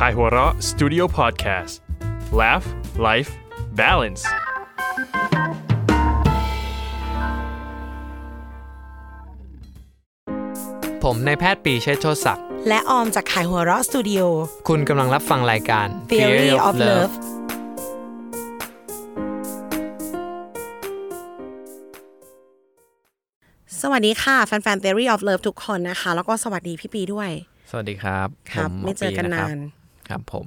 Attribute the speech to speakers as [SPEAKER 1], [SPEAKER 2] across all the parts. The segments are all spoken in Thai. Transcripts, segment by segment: [SPEAKER 1] k a i h u r a Studio Podcast Laugh Life Balance
[SPEAKER 2] ผมนายแพทย์ปรีเชษฐ์โชติศักดิ์
[SPEAKER 3] และออมจากขายหัวเราะสตูดิโอ
[SPEAKER 2] คุณกำลังรับฟังรายการ
[SPEAKER 3] Theory of Love สวัสดีค่ะ แฟนๆ Theory of Love ทุกคนนะคะ แล้วก็สวัสดีพี่ปีด้วย
[SPEAKER 2] สวัสดีครับ
[SPEAKER 3] ครับ
[SPEAKER 2] ห
[SPEAKER 3] ไม่เจอกัน
[SPEAKER 2] ปีะครั
[SPEAKER 3] นา
[SPEAKER 2] บ
[SPEAKER 3] น
[SPEAKER 2] ครับผม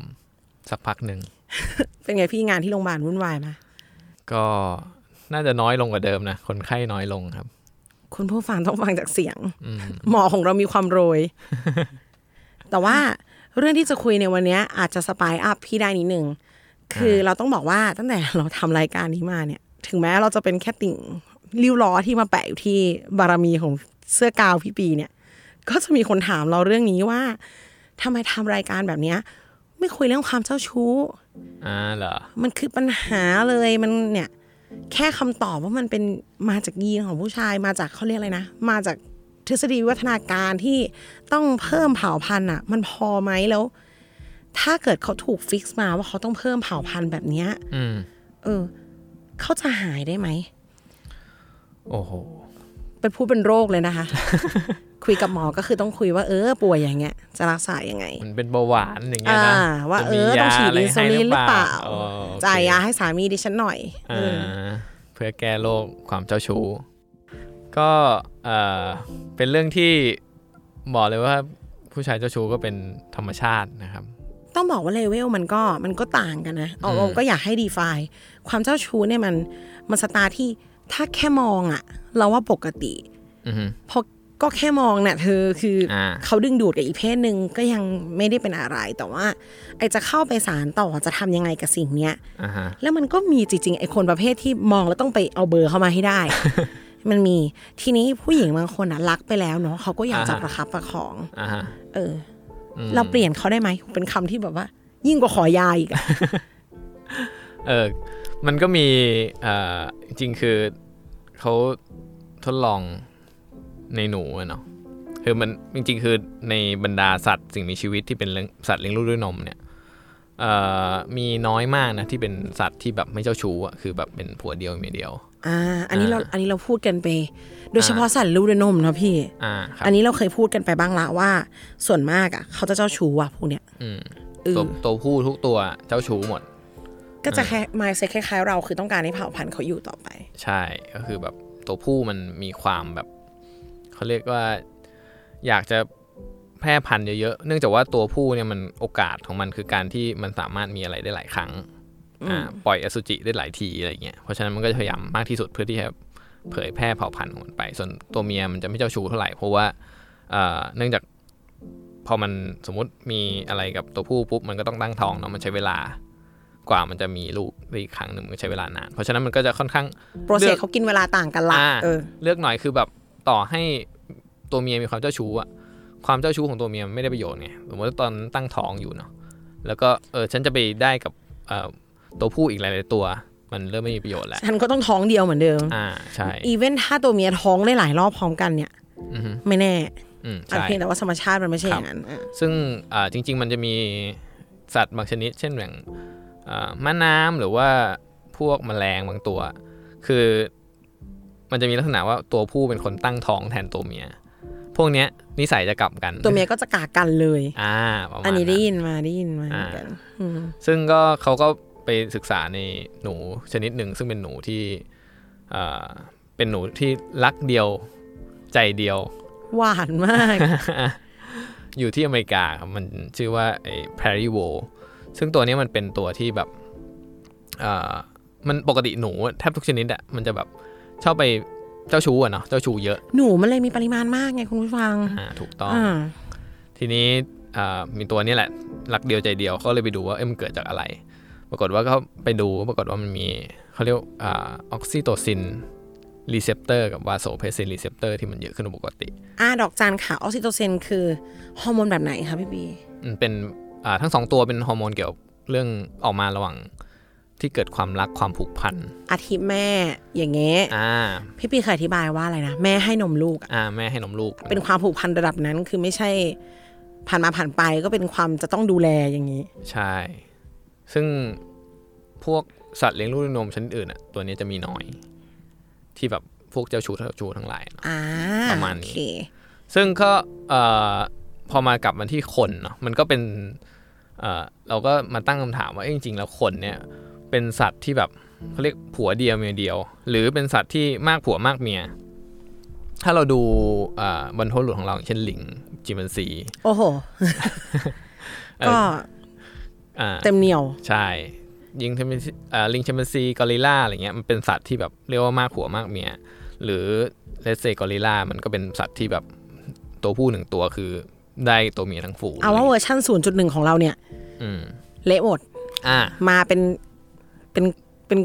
[SPEAKER 2] สักพักหนึ่ง
[SPEAKER 3] เป็นไงพี่งานที่โรงพยาบาลวุ่นวายไหม
[SPEAKER 2] ก็น่าจะน้อยลงกว่าเดิมนะ คนไข้น้อยลงครับ
[SPEAKER 3] คุณผู้ฟังต้องฟังจากเสียง
[SPEAKER 2] อืม
[SPEAKER 3] หมอของเรามีความโรย แต่ว่าเรื่องที่จะคุยในวันเนี้ยอาจจะสปายอัพพี่ได้นิดนึง คือเราต้องบอกว่าตั้งแต่เราทำรายการนี้มาเนี่ย ถึงแม้เราจะเป็นแค่ติ่งริ้วล้อที่มาแปะอยู่ที่บารมีของเสื้อกาวพี่ปีเนี่ย ก็จะมีคนถามเราเรื่องนี้ว่าทำไมทำรายการแบบเนี้ยไม่คุยเรื่องความเจ้าชู้
[SPEAKER 2] อ่าเหรอ
[SPEAKER 3] มันคือปัญหาเลยมันเนี่ย แค่คำตอบว่ามันเป็นมาจากยีนของผู้ชายมาจากเขาเรียกอะไรนะ มาจากทฤษฎีวิวัฒนาการที่ต้องเพิ่มเผ่าพันธุ์อ่ะ มันพอไหมแล้ว ถ้าเกิดเขาถูกฟิกซ์มาว่าเขาต้องเพิ่มเผ่าพันธุ์แบบเนี้ย
[SPEAKER 2] อืม
[SPEAKER 3] เออ เขาจะหายได้ไหม
[SPEAKER 2] โอ้โห
[SPEAKER 3] เป็นผู้เป็นโรคเลยนะคะ คุยกับหมอก็คือต้องคุยว่าเออป่วยอย่างเงี้ย จะรักษายังไง
[SPEAKER 2] มันเป็นเบาหวานอย่างเงี้ยนะ
[SPEAKER 3] อ่าว่า
[SPEAKER 2] จะ
[SPEAKER 3] เอ
[SPEAKER 2] มี
[SPEAKER 3] อต้องฉีด
[SPEAKER 2] ยาะไ
[SPEAKER 3] อินซูลินหรือเปล่า
[SPEAKER 2] อ๋อโอเค
[SPEAKER 3] จ่ายยาให้สามีดิฉันหน่อยเอ
[SPEAKER 2] อ่
[SPEAKER 3] อา
[SPEAKER 2] เพื่อแก้โรคความเจ้าชู้ ก็เอ่อเป็นเรื่องที่บอกเลยว่าผู้ชายเจ้าชู้ก็เป็นธรรมชาตินะครับ
[SPEAKER 3] ต้องบอกว่าเลเวลมันก็มันก็ต่างกันนะเอาเอาก็อยากให้ดีไฟความเจ้าชู้เนี่ยมันมันสตาร์ทที่ถ้าแค่มองอะเราว่าปกติ
[SPEAKER 2] อือฮึ
[SPEAKER 3] เพราะก็แค่มองเนี่ยเธอคืออา เขาดึงดูดกับอีกเพศหนึ่งก็ยังไม่ได้เป็นอะไร แต่ว่า ไอจะเข้าไปสารต่อจะทำยังไงกับสิ่งเนี้ย
[SPEAKER 2] อ่าฮะ
[SPEAKER 3] แล้วมันก็มีจริงๆ ไอ้คนประเภทที่มองแล้วต้องไปเอาเบอร์เข้ามาให้ ได้ มันมีทีนี้ผู้หญิงบางคนอะรักไปแล้วเนาะเขาก็อยากจะ
[SPEAKER 2] อ่า
[SPEAKER 3] ประคับประคอง
[SPEAKER 2] อ่าฮะ
[SPEAKER 3] เอออ
[SPEAKER 2] ม
[SPEAKER 3] เราเปลี่ยนเขาได้ไหมเป็นคำที่แบบว่า ยิ่งกว่าขอยาอี กอะ
[SPEAKER 2] เออ มันก็มีเอ่อจริงๆคือเขาทดลองในหนูอะเนาะ คือมันจริงๆ คือในบรรดาสัตว์สิ่งมีชีวิตที่เป็นเลี้ยงสัตว์เลี้ยงลูกด้วยนมเนี่ย เอ่อ มีน้อยมากนะที่เป็นสัตว์ที่แบบไม่เจ้าชู้อะคือแบบเป็นผัวเดียวเมียเดียว
[SPEAKER 3] อ่า อันนี้เรา
[SPEAKER 2] อ่า
[SPEAKER 3] อันนี้เราพูดกันไป โดยเฉพาะสัตว์ลูกด้วยนมเนาะพี่
[SPEAKER 2] อ่าครับ
[SPEAKER 3] อันนี้เราเคยพูดกันไปบ้างละว่า ส่วนมากอะเขาจะเจ้าชู้อะพวกเนี้ย
[SPEAKER 2] อืม
[SPEAKER 3] เออ
[SPEAKER 2] ตัวตัวผู้ทุกตัวเจ้าชู้หมด
[SPEAKER 3] ก็จะแค่มายเซ็คล้ายๆเราคือต้องการให้เผ่าพันธุ์เขาอยู่ต่อไป
[SPEAKER 2] ใช่ ก็คือแบบตัวผู้มันมีความแบบเขาเรียกว่าอยากจะแพร่พันธุ์เยอะๆ เนื่องจากว่าตัวผู้เนี่ยมันโอกาสของมันคือการที่มันสามารถมีอะไรได้หลายครั้งอ่าปล่อยอสุจิได้หลายทีอะไรเงี้ย เพราะฉะนั้นมันก็จะพยายามมากที่สุดเพื่อที่จะเผยแพร่เผ่าพันธุ์ของมันไป ส่วนตัวเมียมันจะไม่เจ้าชู้เท่าไหร่เพราะว่าเอ่อเนื่องจากพอมันสมมติมีอะไรกับตัวผู้ปุ๊บมันก็ต้องตั้งท้องเนาะมันใช้เวลากว่ามันจะมีลูกได้อีกครั้งหนึ่งมันก็ใช้เวลานาน เพราะฉะนั้นมันก็จะค่อนข้าง
[SPEAKER 3] โปรเซ
[SPEAKER 2] เลื
[SPEAKER 3] ส
[SPEAKER 2] อก
[SPEAKER 3] เขากินเวลาต่างกันละ
[SPEAKER 2] อ่า
[SPEAKER 3] เออ
[SPEAKER 2] เลือกหน่อยคือแบบต่อให้ตัวเมียมีความเจ้าชู้อะความเจ้าชู้ของตัวเมียมันไม่ได้ประโยชน์ไงสมมติว่าตอนตั้งท้องอยู่เนาะแล้วก็เออฉันจะไปได้กับเอ่อตัวผู้อีกหลายๆตัว มันเริ่มไม่มีประโยชน์แล้ว
[SPEAKER 3] ฉันก็ต้องท้องเดียวเหมือนเดิม
[SPEAKER 2] อ่าใช่
[SPEAKER 3] อีเวนถ้าตัวเมียท้องได้หลายรอบพร้อมกันเนี่ย
[SPEAKER 2] อือฮึ
[SPEAKER 3] ไม่แน่
[SPEAKER 2] อืม
[SPEAKER 3] อัน
[SPEAKER 2] ใช่
[SPEAKER 3] เพียงแต่ว่าธรรมชาติมันไม่ใช่อย่างนั้นอ่ะ
[SPEAKER 2] ซึ่งอ่าจริง ๆ มันจะมีสัตว์บางชนิด เช่นอย่างอ่าม้าน้ำหรือว่าพวกแมลงบางตัว คือมันจะมีลักษณะว่าตัวผู้เป็นคนตั้งท้องแทนตัวเมีย พวกเนี้ยนิสัยจะกลับกัน
[SPEAKER 3] ตัวเมียก็จะกากันเลย
[SPEAKER 2] อ่าประมาณ
[SPEAKER 3] อันนี้ได้
[SPEAKER 2] นั้น
[SPEAKER 3] ยินมาได้ยินมาเหมือนกันอืม
[SPEAKER 2] ซึ่งก็เขาก็ไปศึกษาในหนูชนิดหนึ่ง ซึ่งเป็นหนูที่เอ่อเป็นหนูที่รักเดียวใจเดียว
[SPEAKER 3] หวานมาก
[SPEAKER 2] อยู่ที่อเมริกาครับมันชื่อว่าไอ้ prairie wool ซึ่งตัวเนี้ยมันเป็นตัวที่แบบเอ่อมันปกติหนูแทบทุกชนิดอะมันจะแบบชอบไปเจ้าชู้อะเนาะเจ้าชู้เยอะ
[SPEAKER 3] หนูมันเลยมีปริมาณมากไงคุณผู้ฟัง
[SPEAKER 2] อ่าถูกต้อง
[SPEAKER 3] อ่า
[SPEAKER 2] ที ทีนี้อ่ามีตัวนี้แหละรักเดียวใจเดียวเขาเลยไปดูว่าเอ้ยมันเกิดจากอะไร ปรากฏว่าก็ไปดูปรากฏว่ามันมีเขาเรียกอ่าออกซิโตซินรีเซปเตอร์กับวาโซเพสซินรีเซปเตอร์ที่มันเยอะขึ้นกว่าปกติ
[SPEAKER 3] อ่าดอกจันค่ะออกซิโตเซนคือฮอร์โมนแบบไหนคะพี่บี
[SPEAKER 2] มันเป็นอ่าทั้งสองตัวเป็นฮอร์โมนเกี่ยวกับเรื่องออกมาระหว่างที่เกิดความรักความผูกพัน
[SPEAKER 3] อาทิตย์แม่อย่างเงี้ย
[SPEAKER 2] อ่า
[SPEAKER 3] พี่ปีเคยอธิบายว่าอะไรนะ แม่ให้นมลูกอะ
[SPEAKER 2] อ่าแม่ให้นมลูก
[SPEAKER 3] เป็นความผูกพันระดับนั้นคือไม่ใช่ ผ่านมาผ่านไปก็เป็นความจะต้องดูแลอย่างนี้
[SPEAKER 2] ใช่ ซึ่งพวกสัตว์เลี้ยงลูกด้วยนมชนิดอื่นอ่ะตัวเนี้ยจะมีน้อย ที่แบบพวกเจ้าชู้เจ้าชู้ทั้งหลาย
[SPEAKER 3] อ่า
[SPEAKER 2] ประมาณนี้
[SPEAKER 3] โอเค
[SPEAKER 2] ซึ่งก็เอ่อพอมากลับมาที่คนเนาะมันก็เป็นเอ่อเราก็มาตั้งคำถามว่าเอ้ยจริงๆ แล้วคนเนี่ยเป็นสัตว์ที่แบบเขาเรียกผัวเดียวเมียเดียว หรือเป็นสัตว์ที่มากผัวมากเมีย ถ้าเราดูเอ่อบรรพบุรุษของเราอย่างเช่นลิงจิมแปนซี
[SPEAKER 3] โอ้โห
[SPEAKER 2] เอ่อ
[SPEAKER 3] ก็
[SPEAKER 2] อ่า
[SPEAKER 3] เต็มเหนียว
[SPEAKER 2] ใช่ยิง chimpanzee- เอ่อลิงจิมแปนซีกอริลลาอะไรเงี้ยมันเป็นสัตว์ที่แบบเรียกว่ามากผัวมากเมีย หรือเลสเซกอริลลามันก็เป็นสัตว์ที่แบบตัวผู้หนึ่งตัวคือได้ตัวเมียทั้งฝูง
[SPEAKER 3] เอาว่าเวอร์ชั่น 0.1 ของเราเนี่ย
[SPEAKER 2] อืม
[SPEAKER 3] เละหมด
[SPEAKER 2] อ่า
[SPEAKER 3] มาเป็นเป็นเป็น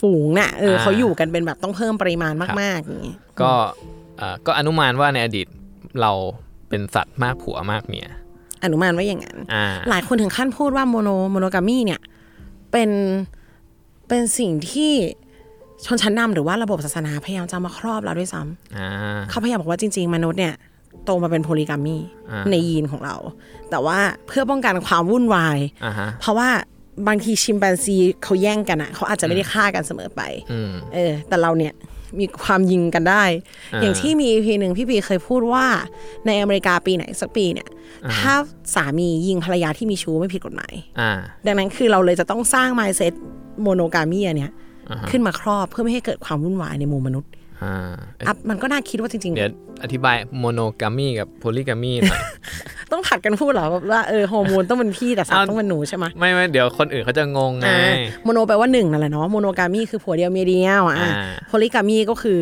[SPEAKER 3] ฝูงน่ะเออ
[SPEAKER 2] อ่า
[SPEAKER 3] เขาอยู่กันเป็นแบบต้องเพิ่มปริมาณมาก ๆ อย่างนี้
[SPEAKER 2] ก็เอ่อก็อนุมานว่าในอดีตเราเป็นสัตว์มากผัวมากเมีย
[SPEAKER 3] อนุมานว่าอย่างนั้น
[SPEAKER 2] อ่า
[SPEAKER 3] หลายคนถึงขั้นพูดว่าโมโนโมโนกามีเนี่ยเป็นเป็นสิ่งที่ชนชั้นนำหรือว่าระบบศาสนาพยายามจะเอามาครอบเราด้วยซ้ำ
[SPEAKER 2] อ่า
[SPEAKER 3] เขาพยายามบอกว่าจริง ๆ มนุษย์เนี่ยโตมาเป็นโพลิกามี
[SPEAKER 2] อ่า
[SPEAKER 3] ในยีนของเรา แต่ว่าเพื่อป้องกันความวุ่นวาย
[SPEAKER 2] อ่าฮะ
[SPEAKER 3] เพราะว่าบางทีชิมแปนซีเขาแย่งกันอะเขาอาจจะไม่ได้ฆ่ากันเสมอไป
[SPEAKER 2] อืม
[SPEAKER 3] เออแต่เราเนี่ยมีความยิงกันได้
[SPEAKER 2] อ่า
[SPEAKER 3] อย่างที่มีพีหนึ่งพี่ปีเคยพูดว่าในอเมริกาปีไหนสักปีเนี่ย ถ้าสามียิงภรรยาที่มีชู้ไม่ผิดกฎหมาย
[SPEAKER 2] อ่า
[SPEAKER 3] ดังนั้นคือเราเลยจะต้องสร้าง mindset โมโนกามีเนี่ยขึ้นมาครอบเพื่อไม่ให้เกิดความวุ่นวายในหมู่มนุษย์
[SPEAKER 2] อ่าเอ๊ะ
[SPEAKER 3] อ่ะมันก็น่าคิดว่าจริง
[SPEAKER 2] เดี๋ยวอธิบายโมโนกามีกับโพลิกามีหน่อย
[SPEAKER 3] ๆ ต้องผัดกันพูดเหรอแบบว่าเออฮอร์โมนต้องเป็นพี่แต่สัตว์
[SPEAKER 2] เอา
[SPEAKER 3] ต้องเป็นหนูใช่ไหม
[SPEAKER 2] ไม่ไม่เดี๋ยวคนอื่นเขาจะงงไง
[SPEAKER 3] อ่าโมโนแปลว่าหนึ่งนั่นแหละเนาะโมโนกามีคือผัวเดียวเมียเดียวอ่ะ
[SPEAKER 2] อ่า
[SPEAKER 3] โพลิกามีก็คือ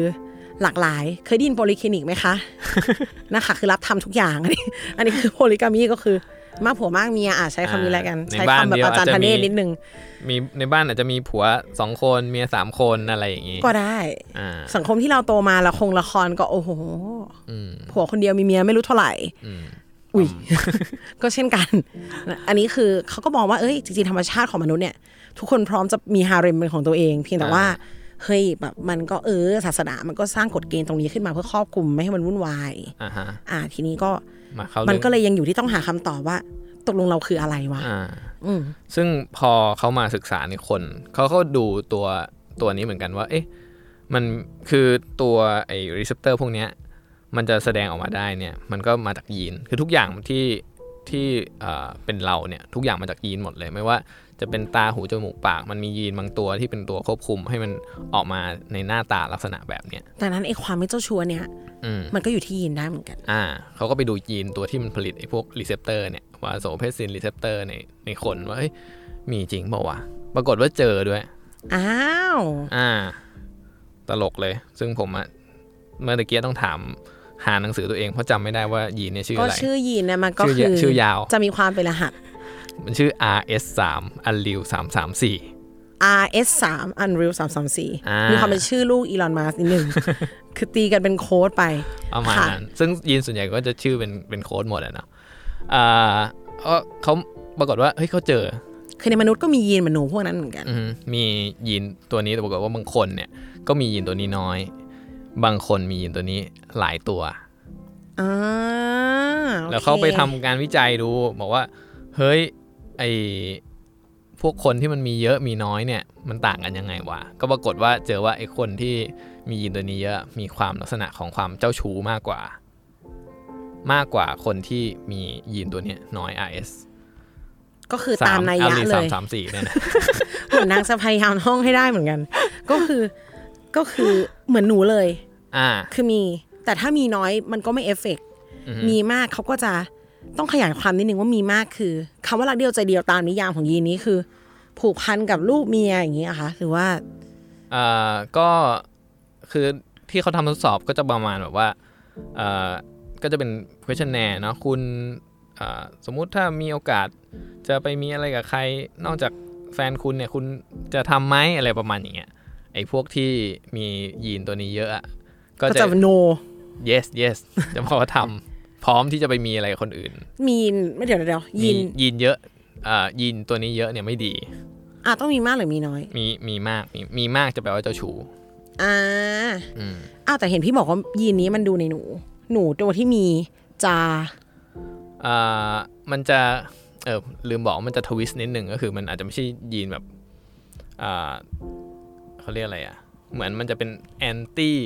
[SPEAKER 3] หลากหลาย เคยได้ยินโพลิคลินิกไหมคะ นะคะคือรับทำทุกอย่าง อันนี้อันนี้คือโพลิกามีก็คือมากผัวมากเมียอ่ะใช้คำนี้แล้วกัน
[SPEAKER 2] ใน
[SPEAKER 3] ใช้
[SPEAKER 2] บ้าน
[SPEAKER 3] คำแบบ
[SPEAKER 2] เดียว
[SPEAKER 3] อาจาร
[SPEAKER 2] อา
[SPEAKER 3] ย์
[SPEAKER 2] จจะ
[SPEAKER 3] ธเนศ
[SPEAKER 2] มี
[SPEAKER 3] นิดนึง
[SPEAKER 2] มีในบ้านอาจจะมีผัวสองคนเมียสามคนอะไรอย่างงี้
[SPEAKER 3] ก็ได้
[SPEAKER 2] อ่า
[SPEAKER 3] สังคมที่เราโตมาละคงละครก็โอ้โห
[SPEAKER 2] อืม
[SPEAKER 3] ผัวคนเดียวมีเมียไม่รู้เท่าไหร่
[SPEAKER 2] อืม
[SPEAKER 3] อุ้ย ก็เช่นกัน อันนี้คือเขาก็มองว่า เอ้ย จริงๆ ธรรมชาติของมนุษย์เนี่ย ทุกคนพร้อมจะมีฮาเร็มเป็นของตัวเอง เพียงแต่ว่า เฮ้ย แบบมันก็เออ ศาสนา มันก็สร้างกฎเกณฑ์ตรงนี้ขึ้นมาเพื่อครอบคลุมไม่ให้มันวุ่นวาย
[SPEAKER 2] อ่าฮะ
[SPEAKER 3] อ่า ทีนี้ก็
[SPEAKER 2] มาเข้า
[SPEAKER 3] มั
[SPEAKER 2] เรื่
[SPEAKER 3] น
[SPEAKER 2] อง
[SPEAKER 3] ก็เลยยังอยู่ที่ต้องหาคำตอบว่า ตกลงเราคืออะไรวะ
[SPEAKER 2] อ่า
[SPEAKER 3] อืม
[SPEAKER 2] ซึ่งพอเขามาศึกษาในคนเขาก็ดูตัวตัวนี้เหมือนกันว่า เอ๊ะมันคือตัวไอ้รีเซพเตอร์พวกเนี้ยมันจะแสดงออกมาได้เนี่ย มันก็มาจากยีน คือทุกอย่างที่ที่เอ่อเป็นเราเนี่ยทุกอย่างมาจากยีนหมดเลย ไม่ว่าจะเป็นตาหูจมูกปาก มันมียีนบางตัวที่เป็นตัวควบคุม ให้มันออกมาในหน้าตาลักษณะแบบเนี้ย
[SPEAKER 3] ดังนั้นไอ้ความไม่เจ้าชู้เนี่ย
[SPEAKER 2] อืม
[SPEAKER 3] มันก็อยู่ที่ยีนได้เหมือนกัน
[SPEAKER 2] อ่าเขาก็ไปดูยีนตัวที่มันผลิตไอ้พวกรีเซพเตอร์เนี่ยว่าโสเพสซินรีเซพเตอร์ในในคนว่าเฮ้ยมีจริงเปล่าวะปรากฏว่าเจอด้วย
[SPEAKER 3] อ้าว
[SPEAKER 2] อ่า ตลกเลย ซึ่งผมอะเมื่อตะเกียต้องถามหาหนังสือตัวเองเพราะจำไม่ได้ว่ายีนเนี่ยชื่อ
[SPEAKER 3] ก็
[SPEAKER 2] อะไร
[SPEAKER 3] ชื่อยีนเนี่ยมันก็
[SPEAKER 2] ชื่อเย
[SPEAKER 3] คื
[SPEAKER 2] อะ
[SPEAKER 3] อ
[SPEAKER 2] ชื่อยาว
[SPEAKER 3] จะมีความเป็นรหัส
[SPEAKER 2] มันชื่อ RS 3 u n r e a l 3 3 4
[SPEAKER 3] RS 3 Unreal
[SPEAKER 2] อ่า
[SPEAKER 3] 334
[SPEAKER 2] มี
[SPEAKER 3] มีความเป็นชื่อลูกอีลอนมัสนิดนึ ง คือตีกันเป็นโค้ดไป
[SPEAKER 2] ประมาณ
[SPEAKER 3] ค่ะ
[SPEAKER 2] นั้นซึ่งยีนส่วนใหญ่ก็จะชื่อเป็นเป็นโค้ดหมดอะเนาะอ่าก็เขาปรากฏว่าเฮ้ยเขาเจอ
[SPEAKER 3] คือในมนุษย์ก็มียีนเหมันหนูพวกนั้นเหมือนกัน
[SPEAKER 2] อืมมียีนตัวนี้แต่ปรากฏว่าบางคนเนี่ย ก็มียีนตัวนี้น้อย บางคนมียีนตัวนี้หลายตัว
[SPEAKER 3] อ่าโอค
[SPEAKER 2] แล้วเขาไปทำการวิจัยดู บอกว่า เฮ้ยไอพวกคนที่มันมีเยอะมีน้อยเนี่ย มันต่างกันยังไงวะก็ปรากฏว่าเจอว่าไอคนที่มียีนตัวนี้เยอะมีความลักษณะของความเจ้าชู้มากกว่า มากกว่าคนที่มียีนตัวเนี้ยน้อย RS
[SPEAKER 3] ก็คือตามนัยยะเลย
[SPEAKER 2] สามสามสี่เนี่ยนะ
[SPEAKER 3] เหมือนนางจะพยายามท่องให้ได้เหมือนกัน ก็คือก็คือเหมือนหนูเลย
[SPEAKER 2] อ่า
[SPEAKER 3] คือมี แต่ถ้ามีน้อยมันก็ไม่เอฟเฟกต์
[SPEAKER 2] อือฮึ
[SPEAKER 3] มีมากเขาก็จะต้องขยายความนิดนึงว่ามีมากคือคำว่ารักเดียวใจเดียวตามนิยามของยีนนี้คือ ผูกพันกับลูกเมียอย่างนี้นะคะหรือว่า
[SPEAKER 2] เอ่อก็คือที่เขาทำทดสอบก็จะประมาณแบบว่าเอ่อก็จะเป็น questionnaire เนาะคุณ อ่าสมมุติถ้ามีโอกาสจะไปมีอะไรกับใคร นอกจากแฟนคุณเนี่ยคุณจะทำไหมอะไรประมาณอย่างเงี้ยไอ้พวกที่มียีนตัวนี้เยอะอะก็
[SPEAKER 3] ก็
[SPEAKER 2] จะ
[SPEAKER 3] จะโน
[SPEAKER 2] yes yes จะบอกว่าทำพร้อมที่จะไปมีอะไรกับคนอื่น
[SPEAKER 3] มีนไม่เดี๋ยวเดี๋ยว
[SPEAKER 2] ยี
[SPEAKER 3] ยิน
[SPEAKER 2] นยีนเยอะอ่ายีนตัวนี้เยอะเนี่ยไม่ดี
[SPEAKER 3] อ่ะต้องมีมากหรือมีน้อย
[SPEAKER 2] มีมีมากมีมีมากจะแปลว่าเจ้าชู้
[SPEAKER 3] อ่า
[SPEAKER 2] อืม
[SPEAKER 3] อ้าวแต่เห็นพี่บอกว่ายีนนี้มันดูในหนู หนูตัวที่มีจะ
[SPEAKER 2] อ่ามันจะเออลืมบอกว่ามันจะทวิสต์นิดหนึ่งก็คือมันอาจจะไม่ใช่ยีนแบบอ่าเขาเรียกอะไรอะ่ะ เหมือนมันจะเป็นแอนตี้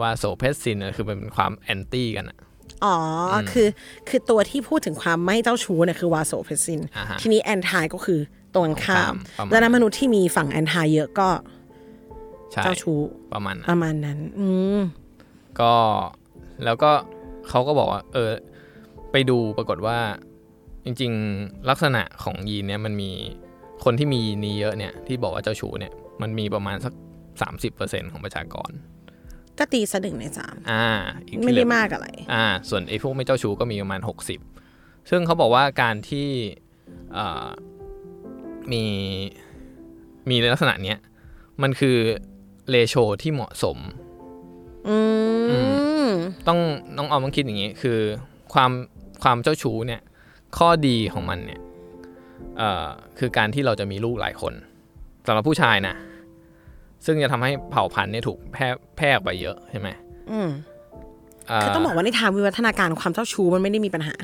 [SPEAKER 2] วาโซเพสซินอะคือมันเป็นความแอนตี้กันอะ
[SPEAKER 3] อ๋ออ
[SPEAKER 2] ม
[SPEAKER 3] คือ คือตัวที่พูดถึงความไม่เจ้าชู้เนี่ยคือวาโซเพซิน
[SPEAKER 2] อ่าฮะ
[SPEAKER 3] ทีนี้แอนทายก็คือตรงกันข้าม
[SPEAKER 2] ตรงกันข้าม
[SPEAKER 3] แล้วนั้นมนุษย์ที่มีฝั่งแอนทายเยอะก็
[SPEAKER 2] ใช่
[SPEAKER 3] เจ้าชู้
[SPEAKER 2] ประมาณนั้น
[SPEAKER 3] ประมาณนั้น อืม
[SPEAKER 2] ก็แล้วก็เขาก็บอกว่า เออ ไปดูปรากฏว่า จริง ๆ ลักษณะของยีนเนี่ยมันมีคนที่มียีนนี้เยอะเนี่ยที่บอกว่าเจ้าชู้เนี่ยมันมีประมาณสัก 30%ของประชากร
[SPEAKER 3] ก็ตีสะดึงในสาม
[SPEAKER 2] อ่าอีกที่
[SPEAKER 3] ไม่
[SPEAKER 2] เหลื
[SPEAKER 3] ได้
[SPEAKER 2] อ
[SPEAKER 3] มากอะไร
[SPEAKER 2] อ่าส่วนไอ้พวกไม่เจ้าชู้ก็มีประมาณ 60 ซึ่งเขาบอกว่าการที่เอ่อมีมีในลักษณะเนี้ยมันคือเลโชที่เหมาะสม
[SPEAKER 3] อืม
[SPEAKER 2] ต้องน้องออมต้องคิดอย่างนี้ คือความความเจ้าชู้เนี่ยข้อดีของมันเนี่ยเอ่อคือการที่เราจะมีลูกหลายคนสำหรับผู้ชายนะซึ่งจะทำให้เผ่าพันธุ์เนี่ยถูกแพร่แพร่ออกไปเยอะใช่ไหม
[SPEAKER 3] อืม
[SPEAKER 2] เ
[SPEAKER 3] คือต้องบอกว่าในทางวิวัฒนาการความเจ้าชู้มันไม่ได้มีปัญหา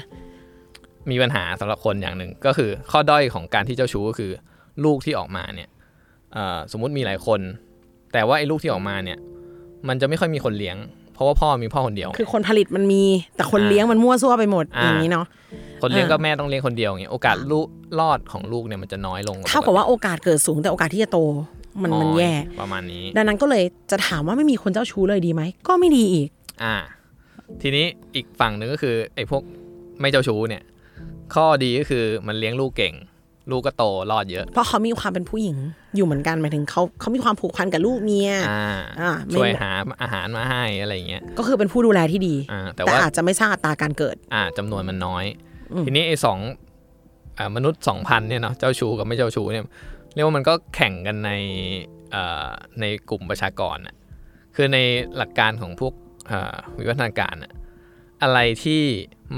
[SPEAKER 2] มีปัญหาสำหรับคนอย่างหนึ่งก็คือข้อด้อยของการที่เจ้าชู้ก็คือลูกที่ออกมาเนี่ยเอ่อสมมุติมีหลายคน แต่ว่าไอ้ลูกที่ออกมาเนี่ยมันจะไม่ค่อยมีคนเลี้ยง เพราะว่าพ่อมีพ่อคนเดียว
[SPEAKER 3] คือคนผลิตมันมี แต่คนเลี้ยงมันมั่วซั่วไปหมด
[SPEAKER 2] อ่า
[SPEAKER 3] อย่างนี้เนาะ
[SPEAKER 2] คนเลี้ยงก็
[SPEAKER 3] อ่า
[SPEAKER 2] แม่ต้องเลี้ยงคนเดียวอย่างเงี้ยโอกาสลูกรอดของลูกเนี่ยมันจะน้อยลง
[SPEAKER 3] เท่ากับว่าโอกาสเกิดสูงแต่โอกาสที่จะโตมันมันแย่
[SPEAKER 2] ประมาณนี้
[SPEAKER 3] ดังนั้นก็เลยจะถามว่าไม่มีคนเจ้าชู้เลยดีไหม ก็ไม่ดีอีก
[SPEAKER 2] อ่า ทีนี้อีกฝั่งหนึ่งก็คือไอ้พวกไม่เจ้าชู้เนี่ย ข้อดีก็คือมันเลี้ยงลูกเก่ง ลูกก็โตรอดเยอะ
[SPEAKER 3] เพราะเขามีความเป็นผู้หญิงอยู่เหมือนกันหมายถึงเขาเขามีความผูกพันกับลูกเมีย
[SPEAKER 2] อ่า
[SPEAKER 3] อ่าไม่
[SPEAKER 2] ช่วยหาอาหารมาให้อะไรอย่างเงี้ย
[SPEAKER 3] ก็คือเป็นผู้ดูแลที่ดี
[SPEAKER 2] อ่าแต่
[SPEAKER 3] แต่
[SPEAKER 2] ว่า
[SPEAKER 3] อาจจะไม่ทราบอัตราการเกิด
[SPEAKER 2] อ่าจำนวนมันน้อย
[SPEAKER 3] อืม
[SPEAKER 2] ทีนี้ไอ้สองอ่ามนุษย์สองพันเนี่ยเนาะเจ้าชู้กับไม่เจ้าชู้เนี่ยเรียกว่ามันก็แข่งกันในเอ่อในกลุ่มประชากรน่ะคือในหลักการของพวกเอ่อวิวัฒนาการน่ะอะไรที่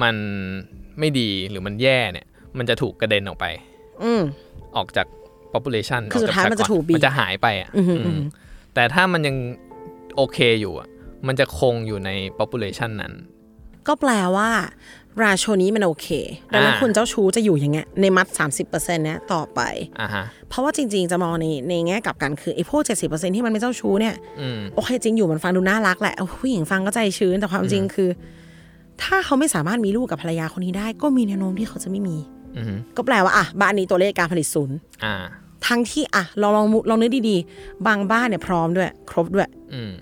[SPEAKER 2] มันไม่ดีหรือมันแย่เนี่ยมันจะถูกกระเด็นออกไป
[SPEAKER 3] อืม
[SPEAKER 2] ออกจาก population
[SPEAKER 3] คือสุดท้าย
[SPEAKER 2] ออ
[SPEAKER 3] มันจะถูกบีบ
[SPEAKER 2] มันจะหายไปอ่ะ
[SPEAKER 3] อือหืออื
[SPEAKER 2] ม
[SPEAKER 3] อหือ
[SPEAKER 2] แต่ถ้ามันยังโอเคอยู่อ่ะมันจะคงอยู่ใน population นั้น
[SPEAKER 3] ก็แปลว่า ราโชนี้มันโอเค ดังนั้น
[SPEAKER 2] อ่า
[SPEAKER 3] คุณเจ้าชู้จะอยู่อย่างเงี้ยในมัด 30%เนี้ยต่อไป
[SPEAKER 2] อ่าฮะ
[SPEAKER 3] เพราะว่าจริงๆ จะมองในในแง่กลับกันคือไอ้พวกเจ็ดสิบเปอร์เซ็นที่มันไม่เจ้าชู้เนี่ย
[SPEAKER 2] อืม
[SPEAKER 3] โอเคจริงอยู่มันฟังดูน่ารักแหละเอาผู้หญิงฟังก็ใจชื้น แต่ความจริงคือ ถ้าเขาไม่สามารถมีลูกกับภรรยาคนนี้ได้ ก็มีแนวโน้มที่เขาจะไม่มี
[SPEAKER 2] อืม
[SPEAKER 3] ก็แปลว่าอ่ะบ้านนี้ตัวเลขการผลิตศูนย์
[SPEAKER 2] อ่า
[SPEAKER 3] ทั้งที่อ่ะเราลองมุลองนึกดีๆ บางบ้านเนี่ยพร้อมด้วย ครบด้วย
[SPEAKER 2] อืม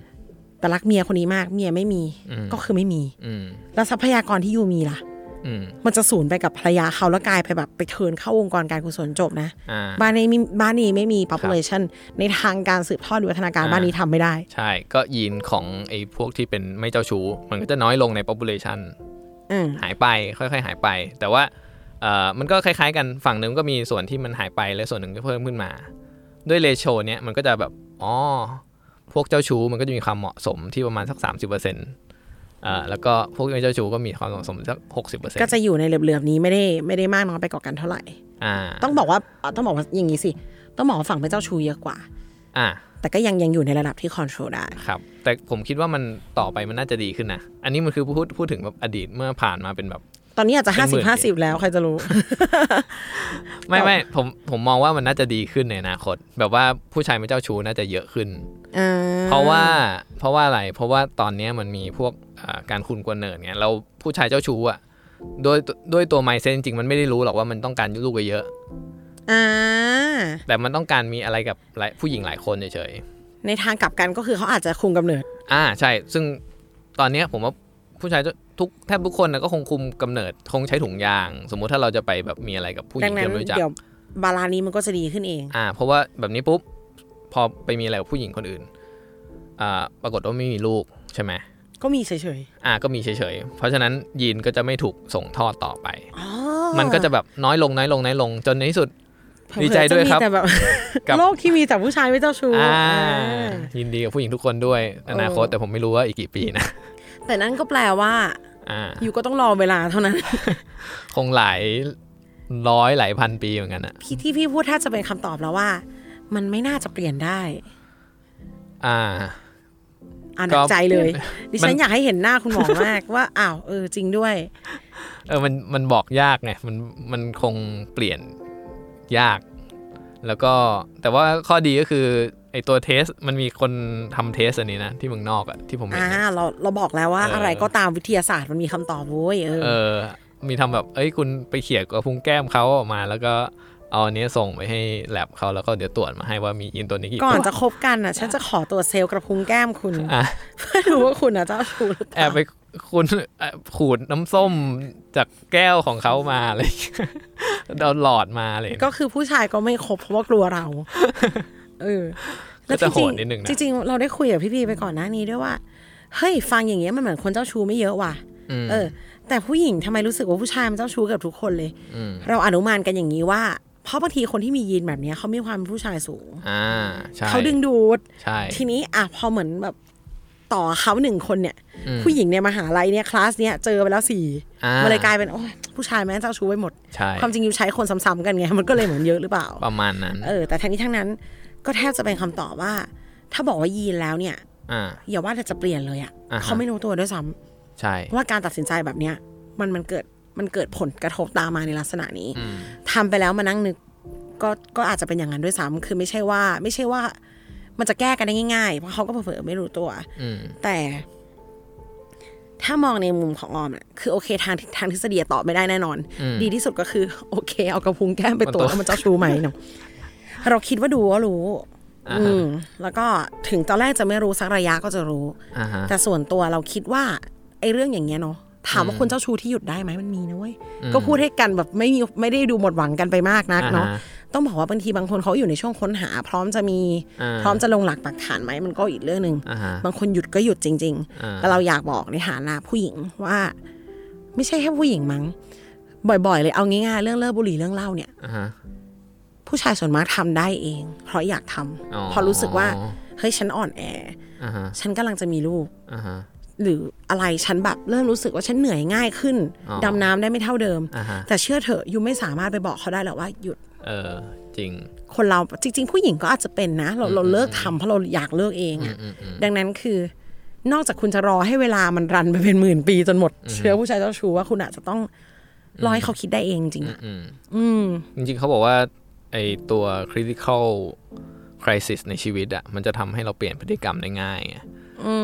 [SPEAKER 3] แต่รักเมียคนนี้มากเมียไม่มี
[SPEAKER 2] อืม
[SPEAKER 3] ก็คือไม่มี
[SPEAKER 2] อืม
[SPEAKER 3] แล้วทรัพยากรที่อยู่มีล่ะ
[SPEAKER 2] อืม
[SPEAKER 3] มันจะสูญไปกับภรรยาเขาแล้วกลายไปแบบไปเทิร์นเข้าวงกรการกุศลจบนะ
[SPEAKER 2] อ่า
[SPEAKER 3] บ้านนี้มีบ้านนี้ไม่มี population ในทางการสืบทอดวิวัฒนาการ
[SPEAKER 2] อ่า
[SPEAKER 3] บ้านนี้ทำไม่ได้
[SPEAKER 2] ใช่ ก็ยีนของไอ้พวกที่เป็นไม่เจ้าชู้ มันก็จะน้อยลงใน population
[SPEAKER 3] อืม
[SPEAKER 2] หายไป ค่อยๆ หายไป แต่ว่า เอ่อ มันก็คล้ายๆ กันฝั่งหนึ่งก็มีส่วนที่มันหายไป และส่วนหนึ่งก็เพิ่มขึ้นมา ด้วยเลโชเนี้ยมันก็จะแบบ อ๋อ พวกเจ้าชู้มันก็จะมีความเหมาะสมที่ประมาณสัก 30%อ่า แล้วก็พวกไม่เจ้าชู้ก็มีความเหมาะสมสัก 60%
[SPEAKER 3] ก็จะอยู่ในเหลือบๆนี้ไม่ได้ไม่ได้มากน้อยไปกว่ากันเท่าไหร่
[SPEAKER 2] อ่า
[SPEAKER 3] ต้องบอกว่าอ่ะต้องบอกว่าอย่างนี้สิ ต้องบอกว่าฝั่งเป็นเจ้าชู้เยอะกว่า
[SPEAKER 2] อ่า
[SPEAKER 3] แต่ก็ยังยังอยู่ในระดับที่คอนโทรลได้
[SPEAKER 2] ครับแต่ผมคิดว่ามันต่อไปมันน่าจะดีขึ้นนะ อันนี้มันคือพูดพูดถึงแบบอดีตเมื่อผ่านมาเป็นแบบ
[SPEAKER 3] ตอนนี้อาจจะ
[SPEAKER 2] เป็
[SPEAKER 3] ห้าน
[SPEAKER 2] หมื่
[SPEAKER 3] สิบ
[SPEAKER 2] น
[SPEAKER 3] ห้าสิบแล้วใครจะรู้
[SPEAKER 2] ไม่
[SPEAKER 3] ต่อ
[SPEAKER 2] ไม่ผมผมมองว่ามันน่าจะดีขึ้นในอนาคต แบบว่าผู้ชายไม่เจ้าชู้น่าจะเยอะขึ้น
[SPEAKER 3] อ่
[SPEAKER 2] เพราะว่าเพราะว่าอะไรเพราะว่าตอนเนี้ยมันมีพวกอ่าการคุณกวนเนิร์ดไงเราผู้ชายเจ้าชู้อ่ะด้วยด้วยตัวไมเซนจริงๆมันไม่ได้รู้หรอกว่ามันต้องการลูกเยอะ
[SPEAKER 3] อ่า
[SPEAKER 2] ๆแต่มันต้องการมีอะไรกับหลายผู้หญิงหลายคนเฉย
[SPEAKER 3] ในทางกลับกันก็คือเขาอาจจะคุมกำเนิด
[SPEAKER 2] ๆอ่าใช่ ซึ่งตอนเนี้ยผมว่าผู้ชายเจ้าทุกแทบทุกคนนะก็คงคุมกำเนิดคงใช้ถุงยาง สมมุติถ้าเราจะไปแบบมีอะไรกับผู้ห
[SPEAKER 3] ดั
[SPEAKER 2] ญิง
[SPEAKER 3] นั้
[SPEAKER 2] ที่
[SPEAKER 3] น
[SPEAKER 2] เราไม่รู้จัก
[SPEAKER 3] เดี๋ยวบาลานซ์นี้มันก็จะดีขึ้นเอง
[SPEAKER 2] อ่าเพราะว่าแบบนี้ปุ๊บพอไปมีอะไรกับผู้หญิงคนอื่นอ่าปรากฏว่าไม่มีลูกใช่ไหม
[SPEAKER 3] ก็ ก็มีเฉย
[SPEAKER 2] อ่ะก็มีเฉยๆ เพราะฉะนั้นยีนก็จะไม่ถูกส่งทอดต่อไป
[SPEAKER 3] ๆอ๋อ
[SPEAKER 2] มันก็จะแบบน้อยลงน้อยลงน้อยลงจนในที่สุด
[SPEAKER 3] เผลอๆ
[SPEAKER 2] ดีใจด้วยครับ
[SPEAKER 3] ะมีแต่แบบ
[SPEAKER 2] กับ
[SPEAKER 3] โลกที่มีแต่ผู้ชายไม่เจ้าชู้
[SPEAKER 2] อ่า
[SPEAKER 3] อ่า
[SPEAKER 2] ยินดีกับผู้หญิงทุกคนด้วยอนาคต
[SPEAKER 3] เออ
[SPEAKER 2] แต่ผมไม่รู้ว่าอีกกี่ปีนะ
[SPEAKER 3] แต่นั่นก็แปลว่า
[SPEAKER 2] อ่า
[SPEAKER 3] อยู่ก็ต้องรอเวลาเท่านั้น
[SPEAKER 2] คงหลายร้อยหลายพันปีเหมือนกันอะ
[SPEAKER 3] พี่ที่พี่พูดแทบจะเป็นคำตอบแล้วว่า มันไม่น่าจะเปลี่ยนได้
[SPEAKER 2] อ่า
[SPEAKER 3] อ่านหนักใจเลย
[SPEAKER 2] ก็
[SPEAKER 3] ดิฉั
[SPEAKER 2] มัน น
[SPEAKER 3] อยากให้เห็นหน้าคุณหมอมากว่าอ้าวเออจริงด้วย
[SPEAKER 2] เออมันมันบอกยากไงมันมันคงเปลี่ยนยาก แล้วก็แต่ว่าข้อดีก็คือไอตัวเทสมันมีคนทำเทสอันนี้นะ ที่เมืองนอกอะที่ผมเห็น
[SPEAKER 3] อ่า
[SPEAKER 2] อะ
[SPEAKER 3] เราเราบอกแล้วว่า
[SPEAKER 2] เอออ
[SPEAKER 3] อะไรก็ตามวิทยาศาสตร์มันมีคำตอบเว้ยเออ
[SPEAKER 2] เออ มีทำแบบ เอ้ย คุณไปเขี่ยกับพุงแก้มเขาออกมา แล้วก็เอาอันเนี้ยส่งไปให้แลบเขาแล้วก็เดี๋ยวตรวจมาให้ว่ามียีนตัวนี้กี่
[SPEAKER 3] ก่อน
[SPEAKER 2] ตัว
[SPEAKER 3] จะคบกันอ่ะ ฉันจะขอตัวจเซลล์กระพุ้งแก้มคุณ
[SPEAKER 2] อ่ะ
[SPEAKER 3] เพื่อดูว่าคุณอ่ะเจ้าชู้หรือเป
[SPEAKER 2] แอบ
[SPEAKER 3] ล่า
[SPEAKER 2] ไปคุณเอ่อขูดน้ำส้มจากแก้วของเขามาอะไรอย่างเงี้ย เอาหลอดมาอะไรอย่างเงี้ย
[SPEAKER 3] ก็คือผู้ชายก็ไม่คบเพราะว่ากลัวเราเออ
[SPEAKER 2] ก็จะ
[SPEAKER 3] จริง
[SPEAKER 2] โหดนิดนึงนะ
[SPEAKER 3] จริงๆเราได้คุยกับพี่บีไปก่อนหน้านี้ด้วยว่าเฮ้ยฟังอย่างเงี้ยมันเหมือนคนเจ้าชู้ไม่เยอะว่ะ
[SPEAKER 2] ม
[SPEAKER 3] เออแต่ผู้หญิงทำไมรู้สึกว่าผู้ชายมันเจ้าชู้เกับทุกคนเลย
[SPEAKER 2] ม
[SPEAKER 3] เราอนุมานกันอย่างนี้ว่า เพราะบางทีคนที่มียีนแบบเนี้ยเขามีความเป็นผู้ชายสูง
[SPEAKER 2] อ่าใช่
[SPEAKER 3] เขาดึงดูด
[SPEAKER 2] ใช่
[SPEAKER 3] ทีนี้อ่ะพอเหมือนแบบต่อเขาหนึ่งคนเนี่ย
[SPEAKER 2] อืม
[SPEAKER 3] ผู้หญิงในมหาลัยเนี่ยคลาสเนี่ยเจอไปแล้วสี่
[SPEAKER 2] อ่ามั
[SPEAKER 3] มันเลยกลายเป็นโอ้ยผู้ชายแม่งเจ้าชู้ไปหมด
[SPEAKER 2] ใช่
[SPEAKER 3] ความจริงอยู่ใช้คนซ้ำๆกันไงมันก็เลยเหมือนเยอะหรือเปล่า
[SPEAKER 2] ประมาณนั้น
[SPEAKER 3] เออ แต่ทั้งนี้ทั้งนั้นก็แทบจะเป็นคำตอบว่า ถ้าบอกว่ายีนแล้วเนี่ย
[SPEAKER 2] ่า
[SPEAKER 3] อย่าว่าแต่จะเปลี่ยนเลยอะ
[SPEAKER 2] อ่าฮะ
[SPEAKER 3] เขาไม่รู้ตัวด้วยซ้ำ
[SPEAKER 2] ใช่
[SPEAKER 3] ว่าการตัดสินใจแบบเนี้ยมันมันเกิดมันเกิดผลกระทบตามมาในลักษณะนี้
[SPEAKER 2] อืม
[SPEAKER 3] ทำไปแล้วมานั่งนึกก็ก็อาจจะเป็นอย่างนั้นด้วยซ้ำคือไม่ใช่ว่า ไม่ใช่ว่า มันจะแก้กันได้ง่ายๆ เพราะเขาก็เผลอๆไม่รู้ตัว
[SPEAKER 2] อืม
[SPEAKER 3] แต่ ถ้ามองในมุมของออมน่ะคือโอเคทางทางทฤษฎีตอบไม่ได้แน่นอน
[SPEAKER 2] อืม
[SPEAKER 3] ดีที่สุดก็คือ โอเค เอากระพุ้งแก้มไปตรวจ
[SPEAKER 2] มันตรวจ
[SPEAKER 3] ว่ามันเจ้าชู้ไหมเนาะเราคิดว่าดูก็รู้
[SPEAKER 2] อ่า
[SPEAKER 3] อื
[SPEAKER 2] ฮะ
[SPEAKER 3] ม แล้วก็ถึงตอนแรกจะไม่รู้สักระยะก็จะรู้
[SPEAKER 2] อ่าฮะ
[SPEAKER 3] แต่ส่วนตัวเราคิดว่าไอ้เรื่องอย่างเงี้ยเนาะถามว่าคนเจ้าชู้ที่หยุดได้ไหมมันมีนะเว้ยก็พูดให้กันแบบไม่มีไม่ได้ดูหมดหวังกันไปมากนักเนาะ
[SPEAKER 2] อ่าฮะ
[SPEAKER 3] ต้องบอกว่าบางทีบางคนเขาอยู่ในช่วงค้นหา พร้อมจะมี
[SPEAKER 2] อ่า
[SPEAKER 3] พร้อมจะลงหลักปักฐานไหมมันก็อีกเรื่องหนึ่ง
[SPEAKER 2] อ่าฮะ
[SPEAKER 3] บางคนหยุดก็หยุดจริง
[SPEAKER 2] อ่า
[SPEAKER 3] ๆ แต่เราอยากบอกในฐานะผู้หญิงว่า ไม่ใช่แค่ผู้หญิงมั้ง บ่อยๆ เลยเอาง่ายๆเรื่องเลิกบุหรี่เรื่องเหล้าเนี่ย
[SPEAKER 2] อ่าฮะ
[SPEAKER 3] ผู้ชายส่วนมากทำได้เอง เพราะอยากทำ
[SPEAKER 2] อ๋อ
[SPEAKER 3] เพราะรู้สึกว่าเฮ้ยฉันอ่อนแอ
[SPEAKER 2] อ่าฮะ
[SPEAKER 3] ฉันกำลังจะมีลูก
[SPEAKER 2] อ่าฮะ
[SPEAKER 3] หรืออะไรฉันแบบเริ่มรู้สึกว่าฉันเหนื่อยง่ายขึ้น
[SPEAKER 2] อ๋อ
[SPEAKER 3] ดำน้ำได้ไม่เท่าเดิม
[SPEAKER 2] อ่าฮะ
[SPEAKER 3] แต่เชื่อเถอะยูไม่สามารถไปบอกเขาได้หรอกว่าหยุด
[SPEAKER 2] เออจริง
[SPEAKER 3] คนเราจริง ๆ ผู้หญิงก็อาจจะเป็นนะ เราเราเลิกทำเพราะเราอยากเลิกเองอะดังนั้นคือนอกจากคุณจะรอให้เวลามันรันไปเป็นหมื่นปีจนหมด เชื้อผู้ชายเจ้าชู้ว่าคุณอาจจะต้องรอให้เขาคิดได้เองจริงๆอะ
[SPEAKER 2] อืม
[SPEAKER 3] อืม
[SPEAKER 2] จริงๆเขาบอกว่าไอตัว critical crisis ในชีวิตอะมันจะทำให้เราเปลี่ยนพฤติกรรมได้ง่ายไง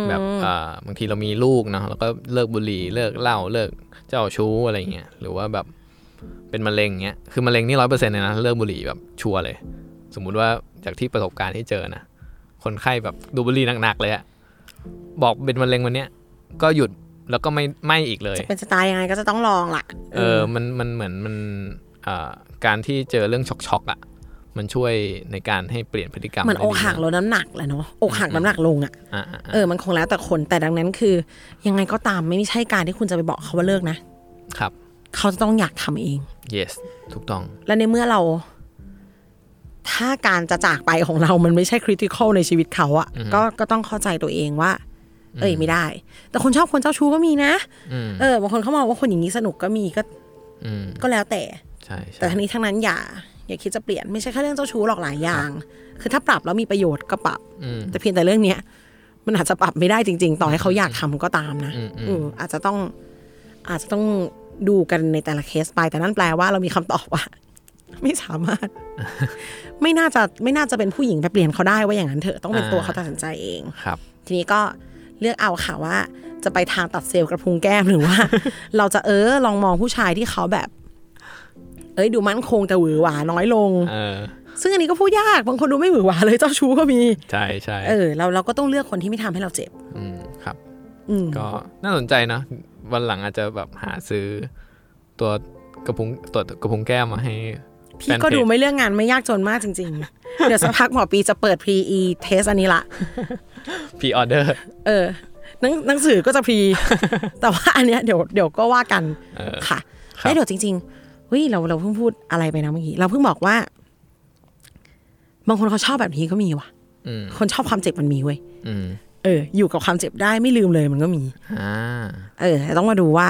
[SPEAKER 2] แบบอ่าบางทีเรามีลูกเนาะแล้วก็เลิกบุหรี่เลิกเหล้าเลิกเจ้าชู้อะไรเงี้ยหรือว่าแบบเป็นมะเร็งเงี้ยคือมะเร็งนี่ร้อยเปอร์เซ็นต์เลยนะเลิกบุหรี่แบบชัวร์เลย สมมุติว่าจากที่ประสบการณ์ที่เจอนะคนไข้แบบดูดบุหรี่หนักๆเลยอะบอกเป็นมะเร็งวันเนี้ยก็หยุดแล้วก็ไม่ไม่อีกเลย
[SPEAKER 3] เป็นสไตล์ยังไงก็จะต้องลองล่ะ
[SPEAKER 2] เออ มัน มันเหมือน มันเอ่อการที่เจอเรื่องช็อกช็อกๆอะมันช่วยในการให้เปลี่ยนพฤติกรรม
[SPEAKER 3] เหมือนอกหัก
[SPEAKER 2] ได้ดี
[SPEAKER 3] ลดน้ำหนักแหละเนาะอกหักน้ำหนักลงอะ
[SPEAKER 2] อ่ะอ่ะอ่ะ
[SPEAKER 3] เออ มันคงแล้วแต่คน แต่ดังนั้นคือ ยังไงก็ตามไม่ใช่การที่คุณจะไปบอกเขาว่าเลิกนะ
[SPEAKER 2] ครับ
[SPEAKER 3] เขาจะต้องอยากทำเอง
[SPEAKER 2] yes ถูกต้อง
[SPEAKER 3] และในเมื่อเรา ถ้าการจะจากไปของเรา มันไม่ใช่คริติคอลในชีวิตเขาอะก็ ก็ต้องเข้าใจตัวเองว่า เอ้ยไม่ได้ แต่คนชอบคนเจ้าชู้ก็มีนะ
[SPEAKER 2] อืม
[SPEAKER 3] เออ บางคนเขามองว่าคนอย่างนี้สนุกก็มีก็
[SPEAKER 2] อืม
[SPEAKER 3] ก็แล้วแต่
[SPEAKER 2] ใช่ใช่
[SPEAKER 3] แต่ทั้งนี้ทั้งนั้นอย่า อย่าคิดจะเปลี่ยน ไม่ใช่แค่เรื่องเจ้าชู้หรอกหลายอย่าง คือถ้าปรับแล้วมีประโยชน์ก็ปรับ
[SPEAKER 2] อืม
[SPEAKER 3] แต่เพียงแต่เรื่องเนี้ยมันอาจจะปรับไม่ได้จริง ๆ ต่อให้เขาอยากทำก็ตามนะ
[SPEAKER 2] อืมอืม
[SPEAKER 3] อืมอาจจะต้องอาจจะต้องดูกันในแต่ละเคสไป แต่นั่นแปลว่าเรามีคำตอบว่า ไม่สา มารถ ไม่น่าจะไม่น่าจะเป็นผู้หญิงไปเปลี่ยนเขาได้ว่าอย่างนั้นเถอะต้องเป็นตัวเขาตัดสินใจเอง
[SPEAKER 2] ครับ
[SPEAKER 3] ทีนี้ก็เลือกเอาค่ะว่า จะไปทางตัดเซลล์กระพุ้งแก้มหรือ ว่า เราจะเออลองมองผู้ชายที่เขาแบบ เอ้ยดูมั่นคงแต่หวือหวาน้อยลง
[SPEAKER 2] เออ
[SPEAKER 3] ซึ่งอันนี้ก็พูดยากบางคนดูไม่หวือหวาเลยเจ้าชู้ก็มี
[SPEAKER 2] ใช่ใช่
[SPEAKER 3] เออเราเราก็ต้องเลือกคนที่ไม่ทำให้เราเจ็บ
[SPEAKER 2] อืม ครับ
[SPEAKER 3] อืม
[SPEAKER 2] ก็น่าสนใจเนอะวันหลังอาจจะแบบหาซื้อ ตัวกระพุ้งตัวกระพุ้งแก้มมาให้
[SPEAKER 3] พี่ก็ดู
[SPEAKER 2] แฟนเพจ
[SPEAKER 3] ไม่เรื่องงานไม่ยากจนมากจริง ๆ เดี๋ยวสักพักหมอปีจะเปิด PE เทสอันนี้ละ
[SPEAKER 2] pre order
[SPEAKER 3] เออ หนังหนังสือก็จะ พรี แต่ว่าอันเนี้ยเดี๋ยวเดี๋ยวก็ว่ากัน
[SPEAKER 2] เออ
[SPEAKER 3] ค่ะ
[SPEAKER 2] ครับ
[SPEAKER 3] แล้วเดี๋ยวจริงๆเฮ้ยเราเราเพิ่งพูดอะไรไปนะเมื่อกี้เราเพิ่งบอกว่า บางคนเขาชอบแบบนี้ก็มีว่ะ
[SPEAKER 2] อืม
[SPEAKER 3] คนชอบความเจ็บมันมีเว้ย
[SPEAKER 2] อืม
[SPEAKER 3] เอออยู่กับความเจ็บได้ไม่ลืมเลยมันก็มี
[SPEAKER 2] อ่า
[SPEAKER 3] เออแต่ต้องมาดูว่า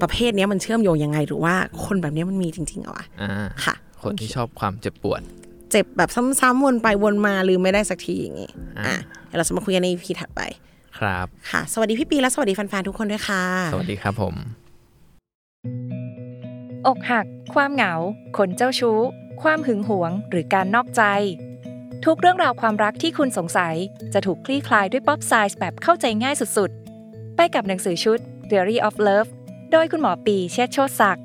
[SPEAKER 3] ประเภทเนี้ยมันเชื่อมโยงยังไง หรือว่าคนแบบเนี้ยมันมีจริงๆเหรอวะ
[SPEAKER 2] อ่า
[SPEAKER 3] ค่ะ
[SPEAKER 2] คนที่ชอบความเจ็บปวด
[SPEAKER 3] เจ็บแบบซ้ำๆวนไปวนมาลืมไม่ได้สักทีอย่างงี้
[SPEAKER 2] อ่า
[SPEAKER 3] อ่ะเดี๋ยวเราจะมาคุยกันใน EP ถัดไป
[SPEAKER 2] ครับ
[SPEAKER 3] ค่ะ สวัสดีพี่ปีและสวัสดีแฟนๆทุกคนด้วยค่ะ
[SPEAKER 2] สวัสดีครับผม
[SPEAKER 4] อกหัก ความเหงา คนเจ้าชู้ ความหึงหวง หรือการนอกใจ ทุกเรื่องราวความรักที่คุณสงสัย จะถูกคลี่คลายด้วยป๊อปไซส์แบบเข้าใจง่ายสุดๆ ไปกับหนังสือชุด Theory of Love โดยคุณหมอปีเชษฐ์โชติศักดิ์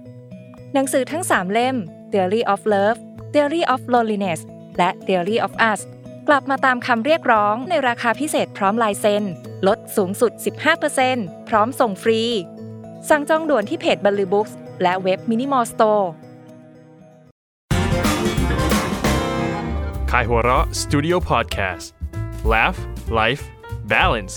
[SPEAKER 4] หนังสือทั้ง 3 เล่ม Theory of Love Theory of Loneliness และ Theory of Us กลับมาตามคำเรียกร้องในราคาพิเศษพร้อมลายเซ็นลดสูงสุด 15%พร้อมส่งฟรี สั่งจองด่วนที่เพจบัลลือบุ๊กและเว็บมินิมอลสโตร์
[SPEAKER 1] Kaihura Studio Podcast Laugh Life Balance